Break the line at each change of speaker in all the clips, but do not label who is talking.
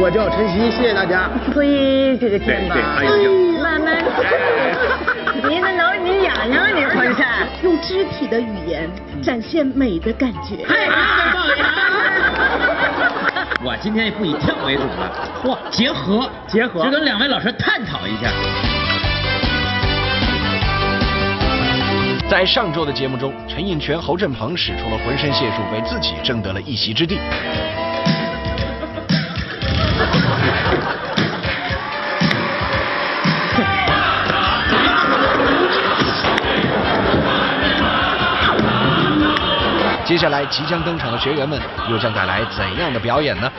我叫陈曦，谢谢大家。
推这个肩膀
对对，哎呦呦
慢慢推，你那挠你痒痒，你快看。
用肢体的语言展现美的感觉。
我今天不以跳为主了，哇，结合
结合
就跟两位老师探讨一下。
在上周的节目中，陈印泉、侯振鹏使出了浑身解数，为自己争得了一席之地。接下来即将登场的学员们又将带来怎样的表演呢？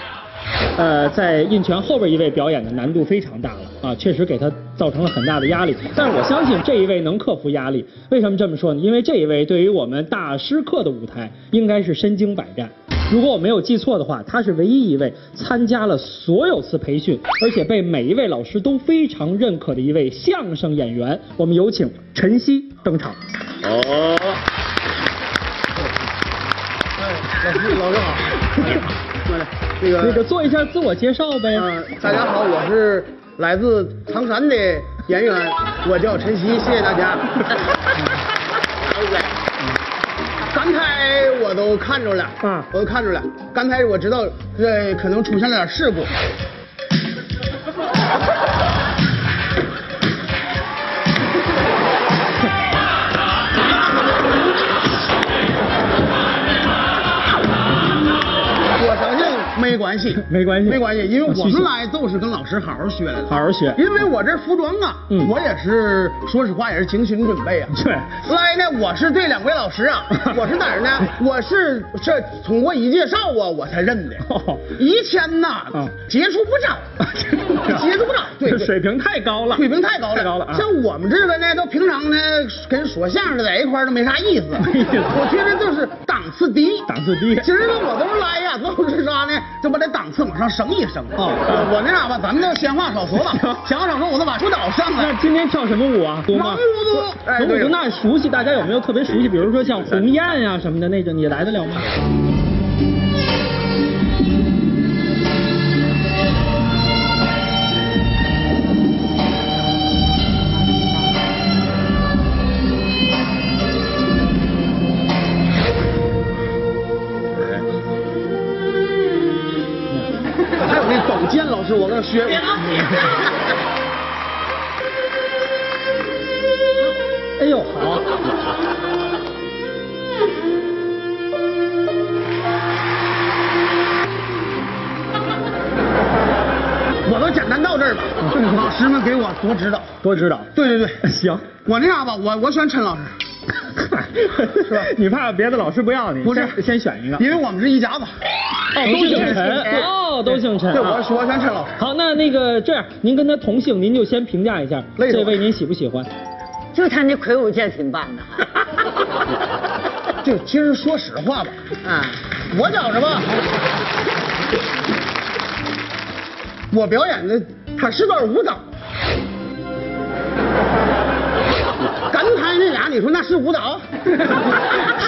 呃，在印泉后边一位表演的难度非常大了啊，确实给他造成了很大的压力。但是我相信这一位能克服压力。为什么这么说呢？因为这一位对于我们大师课的舞台应该是身经百战。如果我没有记错的话，他是唯一一位参加了所有次培训，而且被每一位老师都非常认可的一位相声演员。我们有请陈曦登场。
哦。老师，老师好。过来，那个
那个做一下自我介绍呗。
呃，大家好，我是来自唐山的演员，我叫陈曦，谢谢大 家。刚才我都看着了，
啊
我都看着了。刚才我知道，呃，可能出现了点事故。我相信没关系，
没关系
没关系，因为我
继续
们来都是跟老师好好学来的，
好好学
因为我这服装啊，
嗯
我也是说实话也是精心准备啊。
对
来呢，我是这两位老师 啊，我是哪儿呢？我是这通过一介绍啊，我才认的
哦。
以前呐
啊，
接触不 着，接触不着，对，对
水平太高了，
水平太高了，
太高了啊！
像我们这个呢，都平常呢跟说相声的在一块儿都没啥意思，
没意思
我觉得就是档次低，
档次低
今儿个我都是来呀，都是啥呢？就把这档次往上升一升。
哦
我我那啥吧，咱们就闲话少 说吧
行，
闲话少说，我再把舞蹈上
那
来。
今天跳什么舞啊？舞吗？
龙舞哎
龙
对
舞那熟悉，大家有没有特别熟悉？比如说像鸿雁呀、什么的那种，你来得了吗？哎
还有那董健老师，我跟他学过。
哎呦，好，
我都简单到这儿吧，
嗯
老师们给我多指导。
多指 导。
对对对，
行。
我那啥吧，我我选陈老师，
是吧？你怕别的老师不要你？
不是
先先选一个。
因为我们是一家子。
哦，都姓陈。哦，都姓陈。
哎对，
啊
我是我选陈老师。
好，那那个这样，您跟他同姓，您就先评价一下
累死我
这
了
位您喜不喜欢？
就他那魁梧劲儿挺棒的
就其实说实话吧，
啊，
我觉着吧，我表演的他是段舞蹈。刚才那俩，你说那是舞蹈？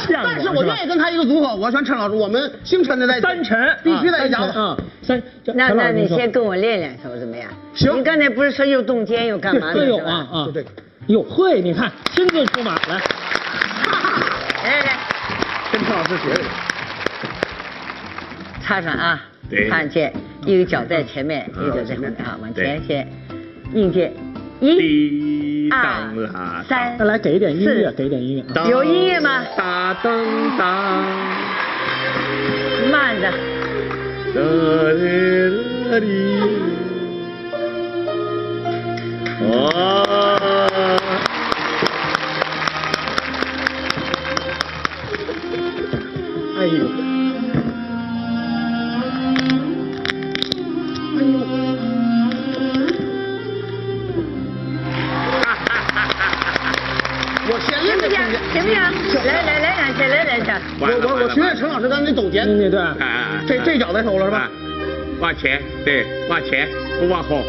像吗
但是我愿意跟他一个组合，我选陈老师，我们姓陈的在一起
三陈
必须在一家
啊三
子。
陈啊，三。
那
陈老
那
师
你
您说
先跟我练两首怎么样？
行
你刚才不是说又动肩又干嘛的？
哎呦
是吧
啊啊
就这个！
哟嘿，你看亲自出马来，
来来来，
跟陈老师学的。
插上啊，
对
看见一个脚在前面，
嗯
一个脚在后面啊，往
对
前先，硬接，一，
滴
二三
那来给一点音乐，
是
给一点音乐啊。
有音乐吗？
哒噔当。
慢着，
啦哩啦哩，哇！
哎呦，我先
行
练
不
的
行
空间？，
行不行？来来来两下，来两下，
我我我学学陈老师刚才那抖肩，
对对对，
哎这这脚在手了是吧？
往前，对，往前，不往后。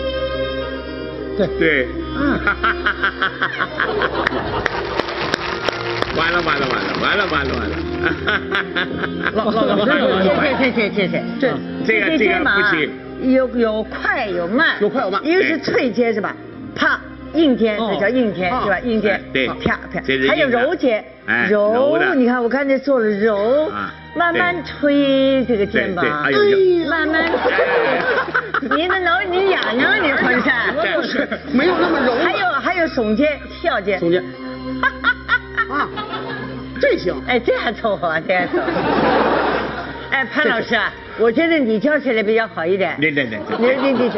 对
对，
嗯，
完了完了完了完了完了完了，
老老老师
哎呦哎呦
谢谢谢谢谢谢。
这
这个
这
这
肩
个
膀
不
啊
行，
有有快有慢，
有快有慢
一个是脆接是吧？啪，硬接
哦
这叫硬接
啊
是吧？硬接
哎，对
啪啪
这是，
还有
硬的
揉接
哎，
揉
揉的，
你看我刚才做了揉
啊，
慢慢推这个肩膀，
对对哎呦
慢慢推，你那挠你痒痒，你快看，
这
不是没有那么柔
还有还有耸肩、笑肩，
总监，啊，这行，
哎，这还凑合，这还凑 合。哎，潘老师啊，我觉得你教起来比较好一点。
对对对
你你你，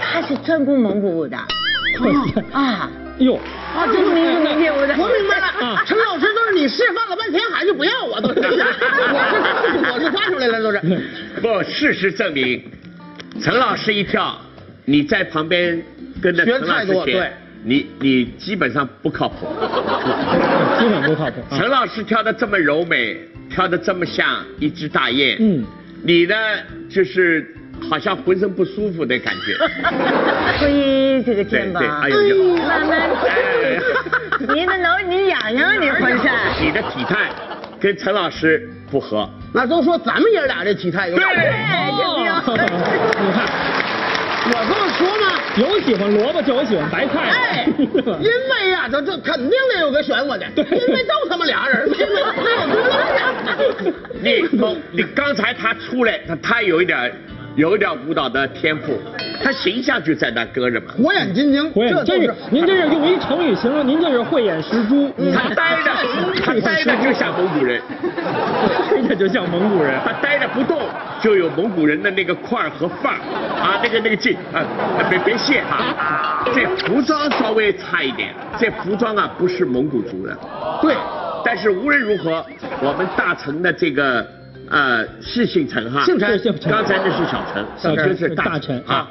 他是专攻蒙古舞的啊，
哟，
啊，这是蒙古民舞的。
我明白 了， 陈老师都是你示范了半天，还是不要我都 是，我是我是发出来了都是。
不，事实证明，陈老师一跳，你在旁边跟着
学
陈老
太多
师学
对，
你你基本上不靠谱。
基本不靠谱啊
陈。老师跳的这么柔美，跳的这么像一只大雁，
嗯，
你呢就是好像浑身不舒服的感觉。
推这个
对
肩
对，
膀
哎，呦呦，
慢慢
哎
推。你那挠你痒痒，你浑身。
你的体态跟陈老师不合。
那都说咱们爷俩这体态有点儿，
哎，就不
哦
要。
你看，
我这么说嘛，
有喜欢萝卜就有喜欢白菜的。
哎，因为呀、这这肯定得有个选我的，因为就他们俩 人，因为那有多俩。
你不你刚才他出来，他他有一点有一点舞蹈的天赋，他形象就在那搁着嘛。
火眼金睛，
慧
这
眼，
就
这
是
是您这是用一成语形容，您这是慧眼识珠。
他呆 着，他呆着就像蒙古人，
这个就像蒙古人。
他呆着不动就有蒙古人的那个块儿和范儿啊，那个那个劲啊，别别谢
啊
哈。这服装稍微差一点，这服装啊不是蒙古族的，
对，
但是无论如何，我们大陈的这个呃是姓陈哈，
姓陈是姓陈
刚才那是小陈，
小陈
这是大
是大陈
啊，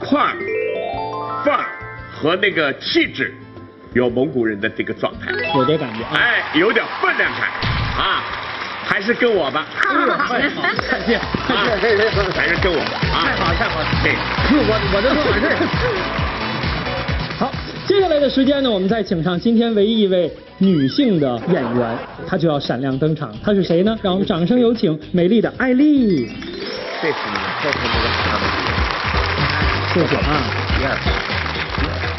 块儿、范儿和那个气质，有蒙古人的这个状态，
有这感觉啊！
哎，有点分量感啊，还是跟我 吧，嗯哎
再见，
啊，还是跟我吧啊，太好太好，对，
我我就说完事儿。
好，接下来的时间呢，我们再请上今天唯一一位女性的演员，她就要闪亮登场。她是谁呢？让我们掌声有请美丽的艾丽。
这是你们做出这个好的。
谢谢啊。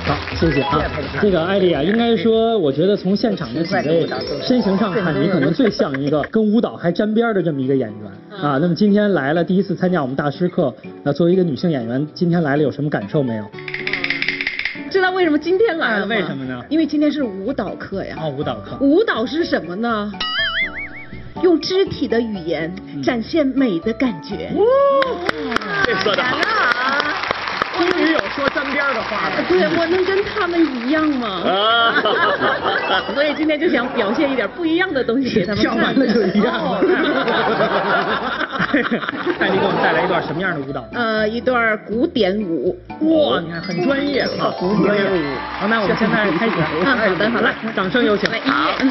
好，谢谢啊。这个艾丽啊，应该说，我觉得从现场的几位身形上看，你可能最像一个跟舞蹈还沾边的这么一个演员啊。那么今天来了，第一次参加我们大师课，那作为一个女性演员，今天来了有什么感受没有？
知道为什么今天来了吗？
哎为什么呢
因为今天是舞蹈课呀。
哦，舞蹈课。
舞蹈是什么呢？用肢体的语言展现美的感觉。
这说的好，
终于有说沾边儿的话了。
对，我能跟他们一样吗？
啊
所以今天就想表现一点不一样的东西给他们看。
跳完了就一样了
艾丽给我们带哦来一段什么样的舞蹈？
呃，一段古典舞。
哇，你看很专业啊，很专业。好，那我们现在开始。
嗯好的好的
来，掌声有请。
来，一，嗯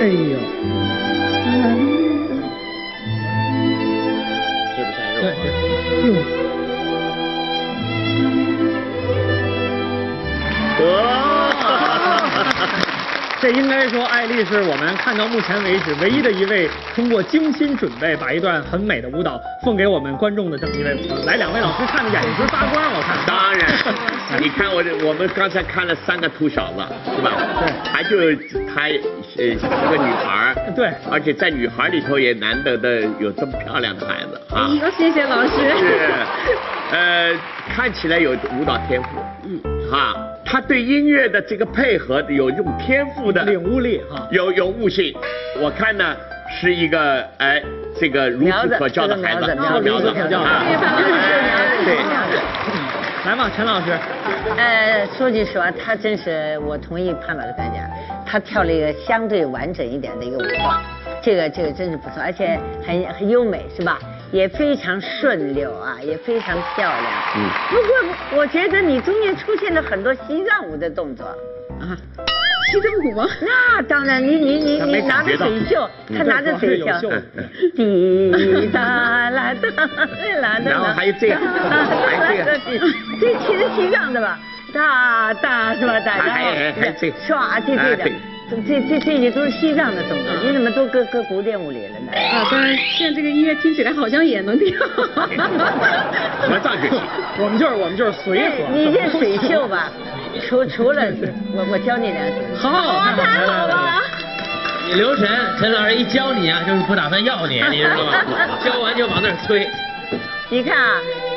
哎呦，
是不像肉啊？哦哇！
这应该说，艾丽是我们看到目前为止唯一的一位通过精心准备把一段很美的舞蹈奉给我们观众的这么一位舞蹈。来，两位老师看的眼直发光，我看。
当 然，你看我这，我们刚才看了三个秃小子，是吧？
对
还就她呃一个女孩儿
对
而且在女孩儿里头也难得的有这么漂亮的孩子啊。
哎呦，谢谢老
是
师。，
呃，看起来有舞蹈天赋，嗯，哈，他对音乐的这个配合有用天赋的，
领悟力哈。
有有悟性。我看呢是一个哎，这个孺
苗
子
子
可教的孩子，
这个苗子
苗
苗子
可教
啊
谢谢范老师。
对，
来吧，陈老师。
呃，说句实话，他真是，我同意潘老师刚才讲，他跳了一个相对完整一点的一个舞蹈，这个这个真是不错，而且很很优美，是吧？也非常顺溜啊，也非常漂亮。嗯。不过我觉得你中间出现了很多西藏舞的动作。
西藏舞吗？
那当然，你你你
他
你
没
拿
感
着
觉到嗯
水袖，他拿着水
对主
袖
要是有，
滴答啦答啦答，
然后还有这个还有这个，
这其实西藏的吧，哒哒是吧？哒
还还
哒
还还这个，
唰这这
哎
的
对。
这这这这些都是西藏的动作，你怎么都搁搁古典舞里了呢？
啊，当然，现在这个音乐听起来好像也能跳。
合唱就行。
我们就是我们就是随
对
和。
你这水袖吧，除除了我我教你两个，
好好
哦
好，
太
来
好
来来。
了。
你留神，陈老师一教你啊，就是不打算要 你，你知道吗？教完就往那儿推。
你看啊，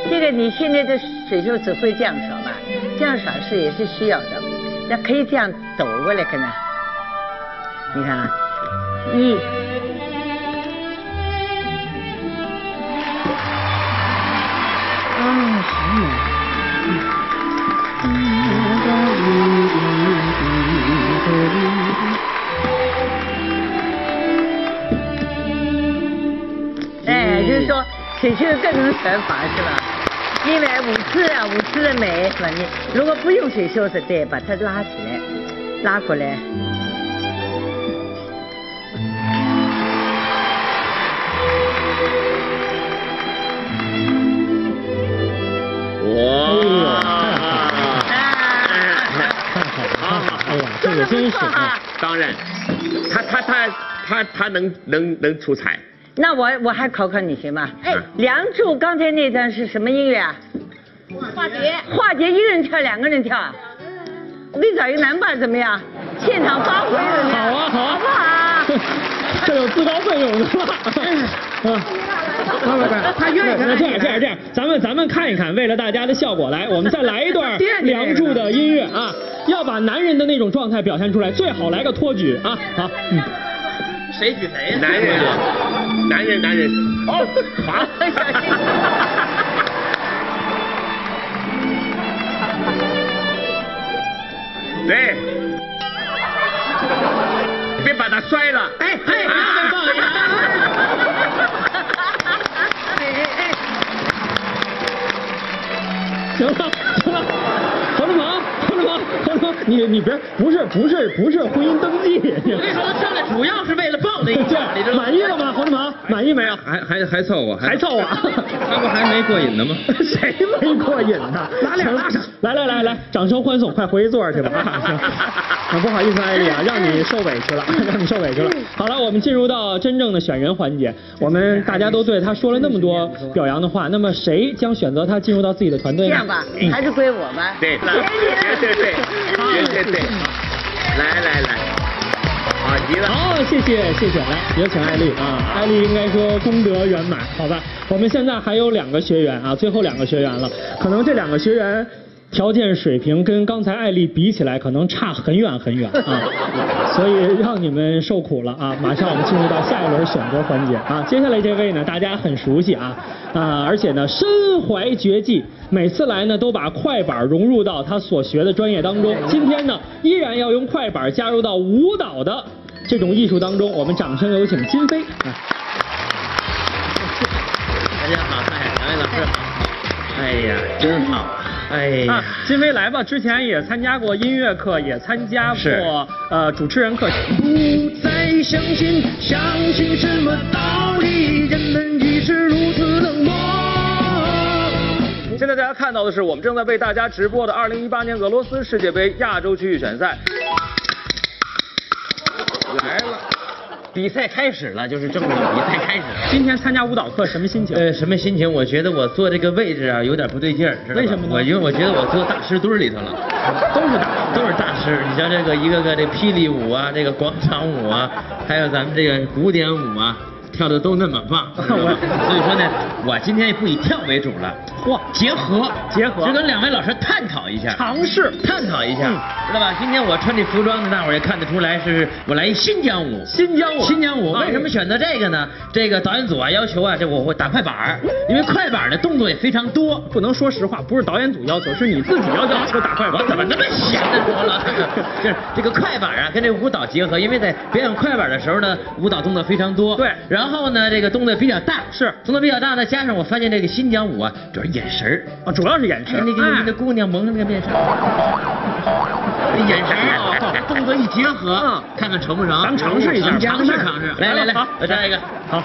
这个你现在的水袖只会这样耍吧？这样耍是也是需要的，那可以这样走过来，看看。你看啊，一，哦，好美。哎，就是说水袖更能传法是吧？因为舞姿啊，舞姿的美是吧？你如果不用水袖子，对，把它拉起来，拉过来。
哇！
啊，
太好了，太好了！哎呀，这个
说的不
真是
错哈。
当然，他他他他他能能能出彩，
那我我还考考你行吗？哎
嗯，
梁祝刚才那段是什么音乐啊？
化蝶。
华姐一个人跳，两个人跳啊？我给你找一个男伴怎么样？现场发挥怎么样？
好啊好啊
好不好啊？
这有自告奋勇的了。啊，不不不，
他愿意
这样
他
这样
愿意
这样这样，咱们咱们看一看，为了大家的效果，来，我们再来一段
别你这个
梁祝的音乐啊，要把男人的那种状态表现出来，最好来个托举啊，好，嗯，
谁举谁呀？
男人啊，男人男人，哦，好。对，别把他摔了。哎哎，
行了行了，侯志鹏，侯志鹏，侯志鹏，你你别不是不是不是婚姻登记，
为什么上来主要是为了抱那一下？你
对，
知道吗
满意了吗？侯志鹏，满意没有？
还还还凑合，
还凑啊？
他不还没过瘾呢吗？
谁没过瘾呢？拿脸拉上！来来来来，掌声欢送，快回座 儿去吧。啊，不好意思，艾丽啊，让你受委屈了， 让你受委屈了。好了，我们进入到真正的选人环节。我们大家都对他说了那么多表扬的话，那么谁将选择他进入到自己的团队
这
呢？
样吧，还是归我吧。给
对，
你嗯
对对对，对对对，来来来，好极了。
好，谢谢谢谢，来有请艾丽啊，艾丽应该说功德圆满，好吧？我们现在还有两个学员啊，最后两个学员了，可能这两个学员条件水平跟刚才艾丽比起来，可能差很远很远啊， 所以让你们受苦了啊！马上我们进入到下一轮选择环节啊，接下来这位呢，大家很熟悉啊啊，而且呢身怀绝技，每次来呢都把快板融入到他所学的专业当中，今天呢依然要用快板加入到舞蹈的。这种艺术当中，我们掌声有请金飞。啊
大家好，哎，两位老师好。哎呀，真好。哎呀
嗯
啊，，金飞来吧，之前也参加过音乐课，也参加
是
过呃主持人课。
现在大家看到的是我们正在为大家直播的2018年俄罗斯世界杯亚洲区域选赛。
来了，
比赛开始了，就是正式比赛开始了。
今天参加舞蹈课什么心情？
呃，什么心情？我觉得我坐这个位置啊，有点不对劲儿，知道吧
为什么呢
我因为我觉得我坐大师堆儿里头了，都是大都是大师。你像这个一个个这霹雳舞啊，这个广场舞啊，还有咱们这个古典舞啊，跳的都那么 棒。知道吧所以说呢，我今天不以跳为主了，
嚯
结合
结合
就跟两位老师探讨一下，
尝试
探讨一下，知道吧？今天我穿这服装呢，大伙儿也看得出来是我来一新疆舞。
新疆舞
新疆舞
啊
为什么选择这个呢？这个导演组啊要求啊，这我会打快板 儿，因为快板儿的动作也非常多。
不能说实话，不是导演组要求，是你自己要要求打快板。
我怎么那么闲呢？说了， 就是这个快板啊，跟这舞蹈结合，因为在表演快板的时候呢，舞蹈动作非常多。
对
然后呢，这个动作比较大，
是
动作比较大呢，加上我发现这个新疆舞啊，主要是眼神儿，
啊？主要是眼
哎，
神。
那个那
哎
个姑娘蒙着那个面纱，眼神
哦
儿，动作一结合，看看成不成？
咱们尝试一下，
尝试尝试。来来来
好，
我摘一个。
好。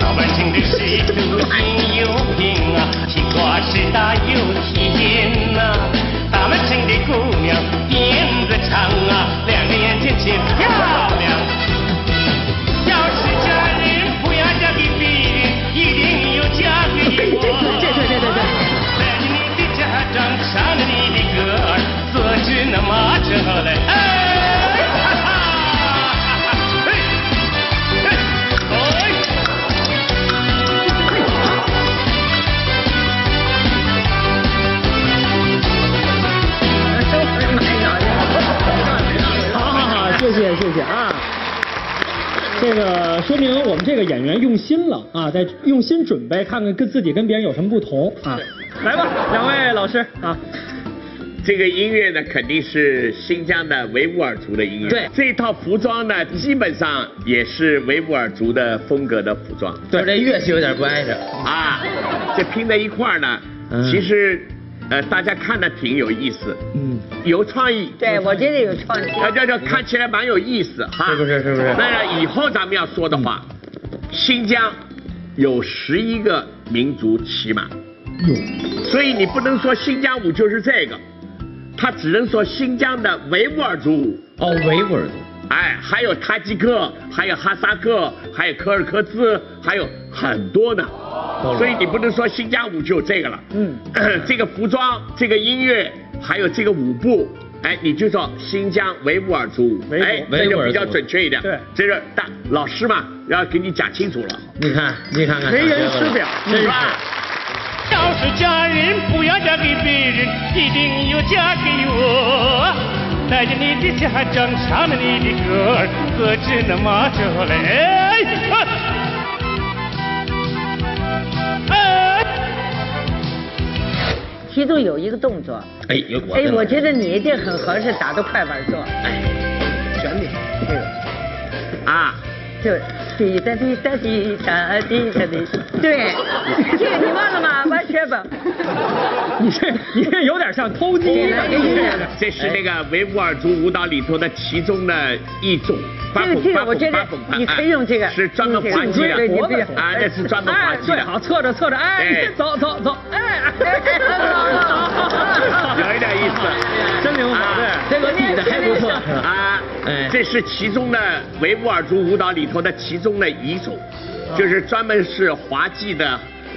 老百姓的事都很有品啊，西瓜是大有体验呐、大门城的姑娘辫子长啊，两脸尖尖漂亮。要是嫁人不要嫁给别人，一定要嫁给我。对对对对对。带着你的家长，唱着你的歌儿，做只那麻雀嘞。哎哈哈嘿嘿哎
好好好，谢谢谢谢啊。这个说明我们这个演员用心了啊，在用心准备，看看跟自己跟别人有什么不同啊。来吧，两位老师啊，
这个音乐呢，肯定是新疆的维吾尔族的音乐。
对
这套服装呢，基本上也是维吾尔族的风格的服装
对，这乐器有点不挨着。
啊。这拼在一块儿呢，其实，呃，大家看的挺有意思，
嗯，
有创意。
对，我觉得有创意。
啊，这这看起来蛮有意思哈，
是不是是不是
那以后咱们要说的话，新疆有十一个民族骑马，有，所以你不能说新疆舞就是这个，它只能说新疆的维吾尔族舞，
哦，维吾尔族。
哎，还有塔吉克，还有哈萨克，还有柯尔克孜，还有很多呢。所以你不能说新疆舞就有这个了，嗯， 这个服装、这个音乐，还有这个舞步，哎，你就说新疆维吾尔族舞，
维吾
哎，
维
这
吾
就
尔
比较
族
准确一点。
对
这是大老师嘛，要给你讲清楚了，
你看，你看看，
为人师表，
真
是
是。
吧？
要是嫁人，不要嫁给别人，一定要嫁给我。带着你的家长，唱着你的歌儿，歌只那么着嘞。哎
其中有一个动作，
哎，有我
哎，
的
我觉得你一定很合适，打到快板做，
选你这个。
啊，
就滴答滴答滴答滴答滴，呃对，这个你忘了吗？完全吧，
你这你这有点像 偷鸡的意思。
这是那个维吾尔族舞蹈里头的其中的一种。八
这个
拱
这
八
个
拱
我觉得
八拱八
你可以用这个
哎是专门
用这个
滑稽
对对对
的
对，
啊，那是专门滑
哎，
稽
对，
的。
好，侧着侧 着，哎
哎，
走走走，哎，
有一点意思，
真灵活对
这个比的还不错。
啊，
哎
这是其中的维吾尔族舞蹈里头的其中的一种，就是专门是滑稽的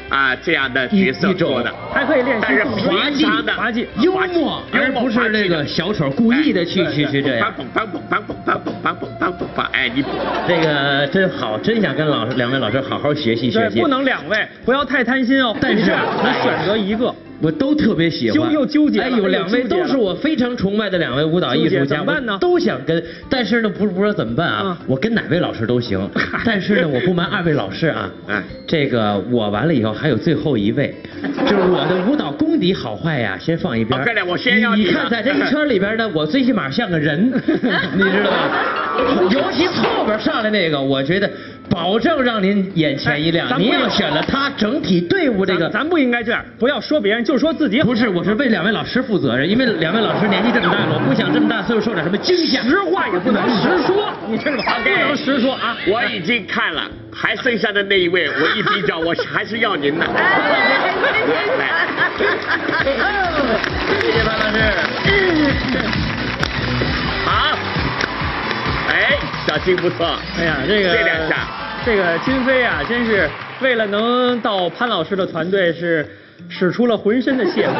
啊这样的角色做的。
还可以练习
但是
动作
滑
平
稽
常的
滑稽
幽默，而不是那个小丑故意的去去去这样。
梆梆梆梆梆梆梆梆梆梆梆，哎，你
这个真好，真想跟老师两位老师好好学习
对
学，习。
不能两位，不要太贪心哦。
但是
你这样你选择一个，
我都特别喜欢，
纠又纠结了
哎呦，两位
又纠结
都
了
是我非常崇拜的两位舞蹈艺术
纠结怎
家，
么办呢
我都想跟，但是呢，不是不知道怎么办啊，
嗯
我跟哪位老师都 行，但是呢，我不瞒二位老师啊，
哎
这个我完了以后还有最后一 位，就是我的舞蹈功底好坏呀，先放一边。
好
哦
快点我先要
你
你
啊
你看，
了
在这一圈里 边呢，我最起码像个人， 你知道吧？尤其后边上来那个，我觉得。保证让您眼前一亮
哎。咱不
您要选了他，整体队伍这个
咱咱不应该这样，不要说别人，就说自己好。
不是，我是为两位老师负责任，因为两位老师年纪这么大了，我不想这么大岁数受点什么惊吓。
实话也不能实说，你知道吧？不能实说啊。
我已经看了，还剩下的那一位，我一比较，我还是要您的。
哎，
谢谢潘老师。好，哎，小金不错。
哎呀，这个
这两下，
这个金飞啊，真是为了能到潘老师的团队是。使出了浑身的解数，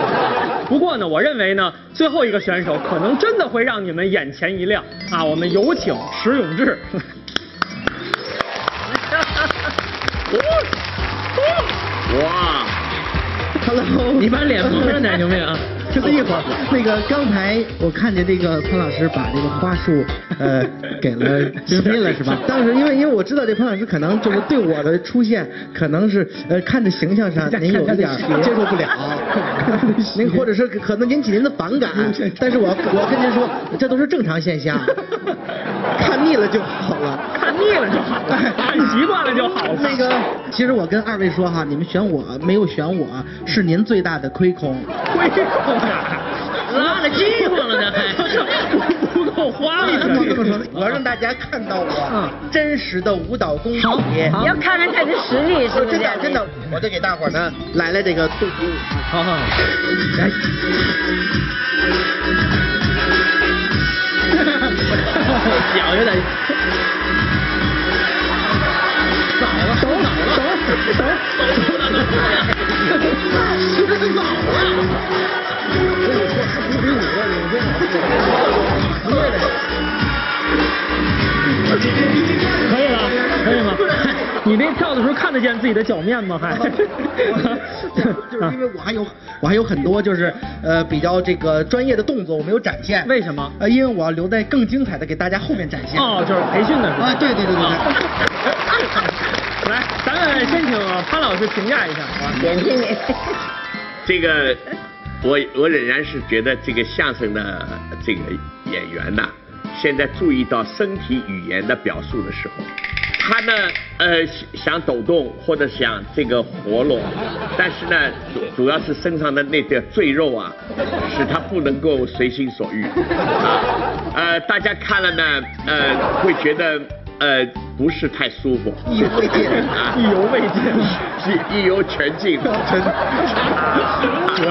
不过呢，我认为呢，最后一个选手可能真的会让你们眼前一亮啊！我们有请石永志。
哇，
Hello，
你把脸蒙着奶牛妹啊
就是一会儿，那个刚才我看见这个潘老师把这个花束呃给了 金飞了是吧？当时因为因为我知道这潘老师可能就是对我的出现可能是呃看着形象上您有一点接受 不了， 您或者是可能引起您的 反感，但是我我跟您说这都是正常现象，看腻了就好了。哎
看腻了就好了，看习惯了就好了。
那个，其实我跟二位说哈，你们选我没有选我，是您最大的亏空。
亏空啊，
拉了饥荒了呢 还
不够花
你
了
不能
这
这么说
是。，
我要让大家看到我
嗯
真实的舞蹈功底。
你要看看他的实力是
我
不
哦
是
真
这样
的
的？
真的，我就给大伙儿呢来了这个动图。
好好好。
来，
脚有点
走走走走。
可以了，可以 吗？你那跳的时候看得见自己的脚面吗？还？
哦就是因为我还有我还有很多就是呃比较这个专业的动作我没有展现，
为什么？
呃，因为我要留在更精彩的给大家后面展现。
哦，就是培训的时候。哦
啊，对对对对对。
来，咱们先请潘老师评价一下，好吧？
点睛你。
这个我我仍然是觉得这个相声的这个演员呐、现在注意到身体语言的表述的时候，他呢呃想抖动或者想这个活拢，但是呢主主要是身上的那点赘肉啊，使他不能够随心所欲啊。呃，大家看了呢，呃，会觉得呃不是太舒服。
意犹未尽
啊，
意犹未尽，
一一游全尽。
主要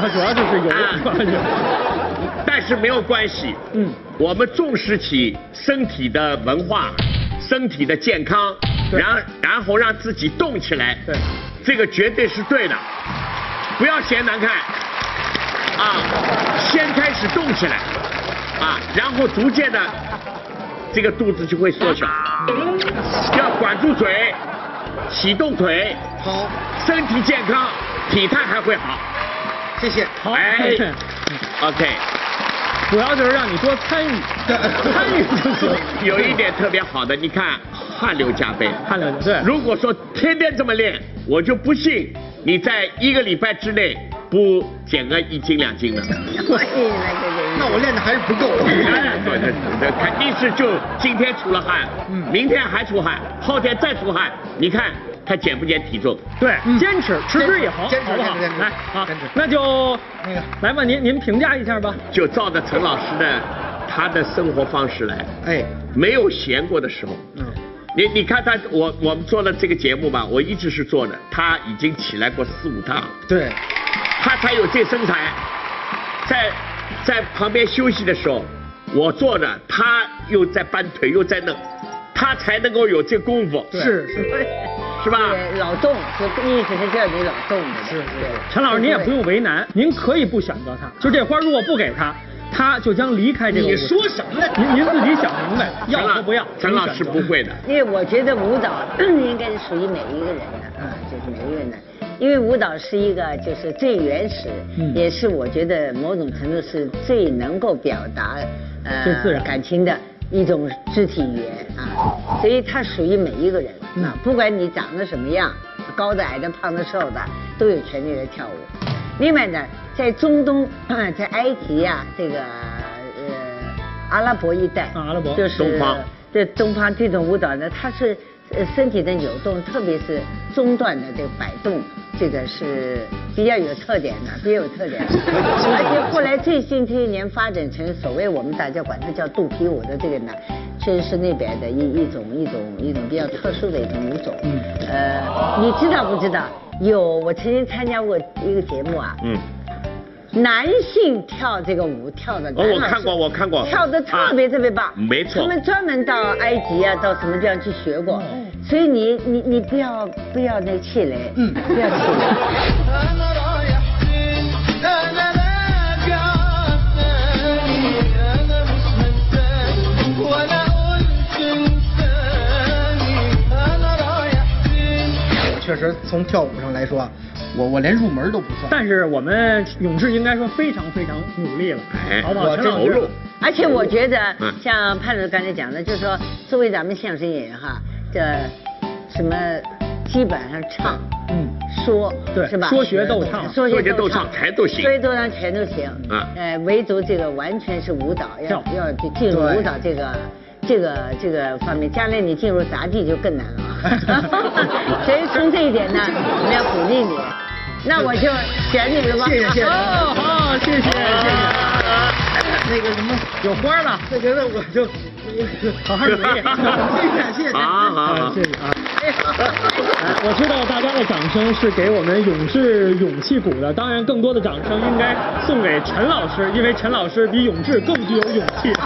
主要就是油，主要是。
但是没有关系，
啊嗯，
我们重视起身体的文化，身体的健康，
对
然然后让自己动起来，
对，
这个绝对是对的，不要嫌难看，啊，先开始动起来，啊，然后逐渐的，这个肚子就会缩小，要管住嘴，启动腿，
好，
身体健康，体态还会好，
谢谢。
好
哎，OK。
主要就是让你多参与，参与就行。
有一点特别好的，你看汗流浃背。
看了对，
如果说天天这么练，我就不信你在一个礼拜之内不减个一斤两斤的。
哎呀，这这
那我练的还是不够。
哎对对对，肯定是就今天出了汗，明天还出汗，后天再出汗，你看他减不减体重？
对，坚持，持之以恒，
嗯坚持
好不好？
坚持坚持
来，好
坚持，
那就
那个
来吧，您您评价一下吧。
就照着陈老师的他的生活方式来，
哎，
没有闲过的时候。
嗯，
你你看他，我我们做了这个节目吧，我一直是做的，他已经起来过四五趟了。
对，
他才有这身材。在在旁边休息的时候，我坐着，他又在搬腿，又在弄，他才能够有这功夫，
是是。
是吧？
对老动，就意思是这里老动的。是是。
陈老师，您也不用为难，您可以不选择他，就这花如果不给他，他就将离开这个。
你说什么呢
您您自己想明白，
陈
要
老
和不要。
陈老师不会的。
因为我觉得舞蹈 应该是属于每一个人的啊，就是每一个人的，因为舞蹈是一个就是最原始，
嗯
也是我觉得某种程度是最能够表达呃
最自然
感情的一种肢体语言啊，所以它属于每一个人
嗯
啊，不管你长得什么样，高的、矮的、胖的、瘦的，都有权利来跳舞。另外呢，在中东， 在埃及啊，这个呃阿拉伯一带，
啊阿拉伯
就是
东方
这东方这种舞蹈呢，它是呃身体的扭动，特别是中段的这个摆动，这个是比较有特点的，比较有特点的。而且后来最近这些年发展成所谓我们大家管它叫肚皮舞的这个呢，确实是那边的一一种一种一种比较特殊的一种舞种。嗯。呃，你知道不知道？有，我曾经参加过一个节目啊，
嗯，
男性跳这个舞跳的，
哦我看过我看过啊嗯
跳的特别特别棒，
没错
他们专门到埃及啊，到什么地方去学过，所以你你你不要不要那个气馁，嗯，不要气馁。
确实从跳舞上来说，我我连入门都不算。
但是我们勇士应该说非常非常努力了，
哎
好不好？
我
陈老
投入
师，
而且我觉得
嗯，
像潘总刚才讲的，就是说，作为咱们相声演员哈，这什么基本上唱、
嗯，
说，
对
是吧？
说学逗唱
说学
说学
逗
逗唱全都行
说学逗唱全都行。
啊
呃，唯独这个完全是舞蹈，要
跳
要进入
对
舞蹈这个。这个这个方面，将来你进入杂技就更难 了，所以从这一点呢，我们要鼓励你。那我就选你了吧。
谢谢谢谢
哦
好，谢谢谢谢。
那个什么有花了，就觉得我就好好努力。谢谢谢谢。
好好好
谢谢啊！哎我知道大家的掌声是给我们勇士勇气鼓的，当然更多的掌声应该送给陈老师，因为陈老师比勇士更具有勇气。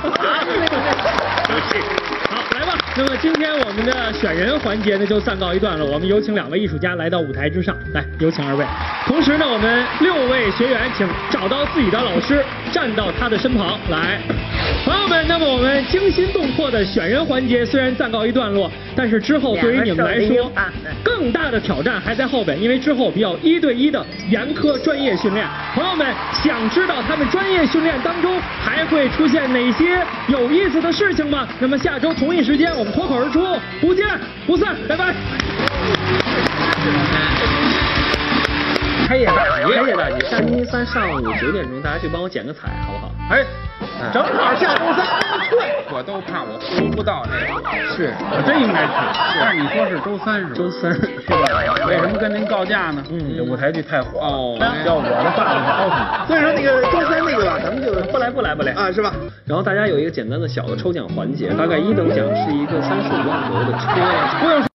好，来吧。那么今天我们的选人环节呢就暂告一段落，我们有请两位艺术家来到舞台之上，来有请二位。同时呢，我们六位学员请找到自己的老师，站到他的身旁来。朋友们，那么我们惊心动魄的选人环节虽然暂告一段落，但是之后对于你们来说，更大的挑战还在后边，因为之后比较一对一的严苛专业训练。朋友们想知道他们专业训练当中还会出现哪些有意思的事情吗？那么下周同一时间我们脱口而出，不见不散，拜拜。
开业大吉，开业大吉！下星期三上午九点钟，大家去帮我剪个彩，好不好？哎，正好下周三，我都怕我收不到那个。是，我真应该去。但是你说是周三是吧？周三是吧？为什么跟您告假呢？嗯，这舞台剧太火哦，要我的话就告诉你。
所以说那个周三那个啊吧，咱们就
不来不来不来
啊，是吧？
然后大家有一个简单的小的抽奖环节，大概一等奖是一个三十五万左右的车呀。